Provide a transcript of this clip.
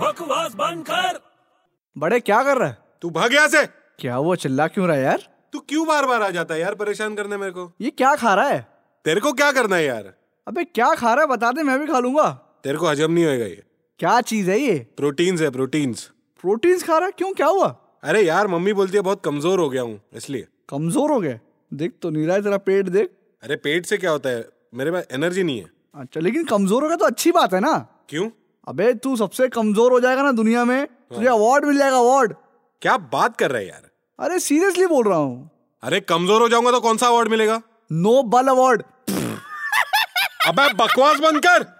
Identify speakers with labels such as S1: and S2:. S1: बकवास बंद कर
S2: बड़े क्या कर रहा है
S3: तू भाग यहाँ से
S2: क्या हुआ चिल्ला क्यों रहा है यार
S3: तू क्यों बार बार आ जाता है यार परेशान करने मेरे को
S2: ये क्या खा रहा है
S3: तेरे को क्या करना है यार
S2: अबे क्या खा रहा है बता दे मैं भी खा लूंगा
S3: तेरे को हजम नहीं होएगा ये
S2: क्या चीज है ये
S3: प्रोटीन्स है प्रोटीन्स
S2: प्रोटीन्स खा रहा है क्यों क्या हुआ
S3: अरे यार मम्मी बोलती है बहुत कमजोर हो गया हूँ इसलिए
S2: कमजोर हो गए देख तो नहीं रहा है तेरा पेट देख
S3: अरे पेट से क्या होता है मेरे पास एनर्जी नहीं है
S2: अच्छा लेकिन कमजोर हो गया तो अच्छी बात है ना
S3: क्यों
S2: अबे तू सबसे कमजोर हो जाएगा ना दुनिया में तुझे अवार्ड मिल जाएगा अवार्ड
S3: क्या बात कर रहा है यार
S2: अरे सीरियसली बोल रहा हूँ
S3: अरे कमजोर हो जाऊंगा तो कौन सा अवार्ड मिलेगा
S2: नो बल अवार्ड
S3: अबे बकवास बंद कर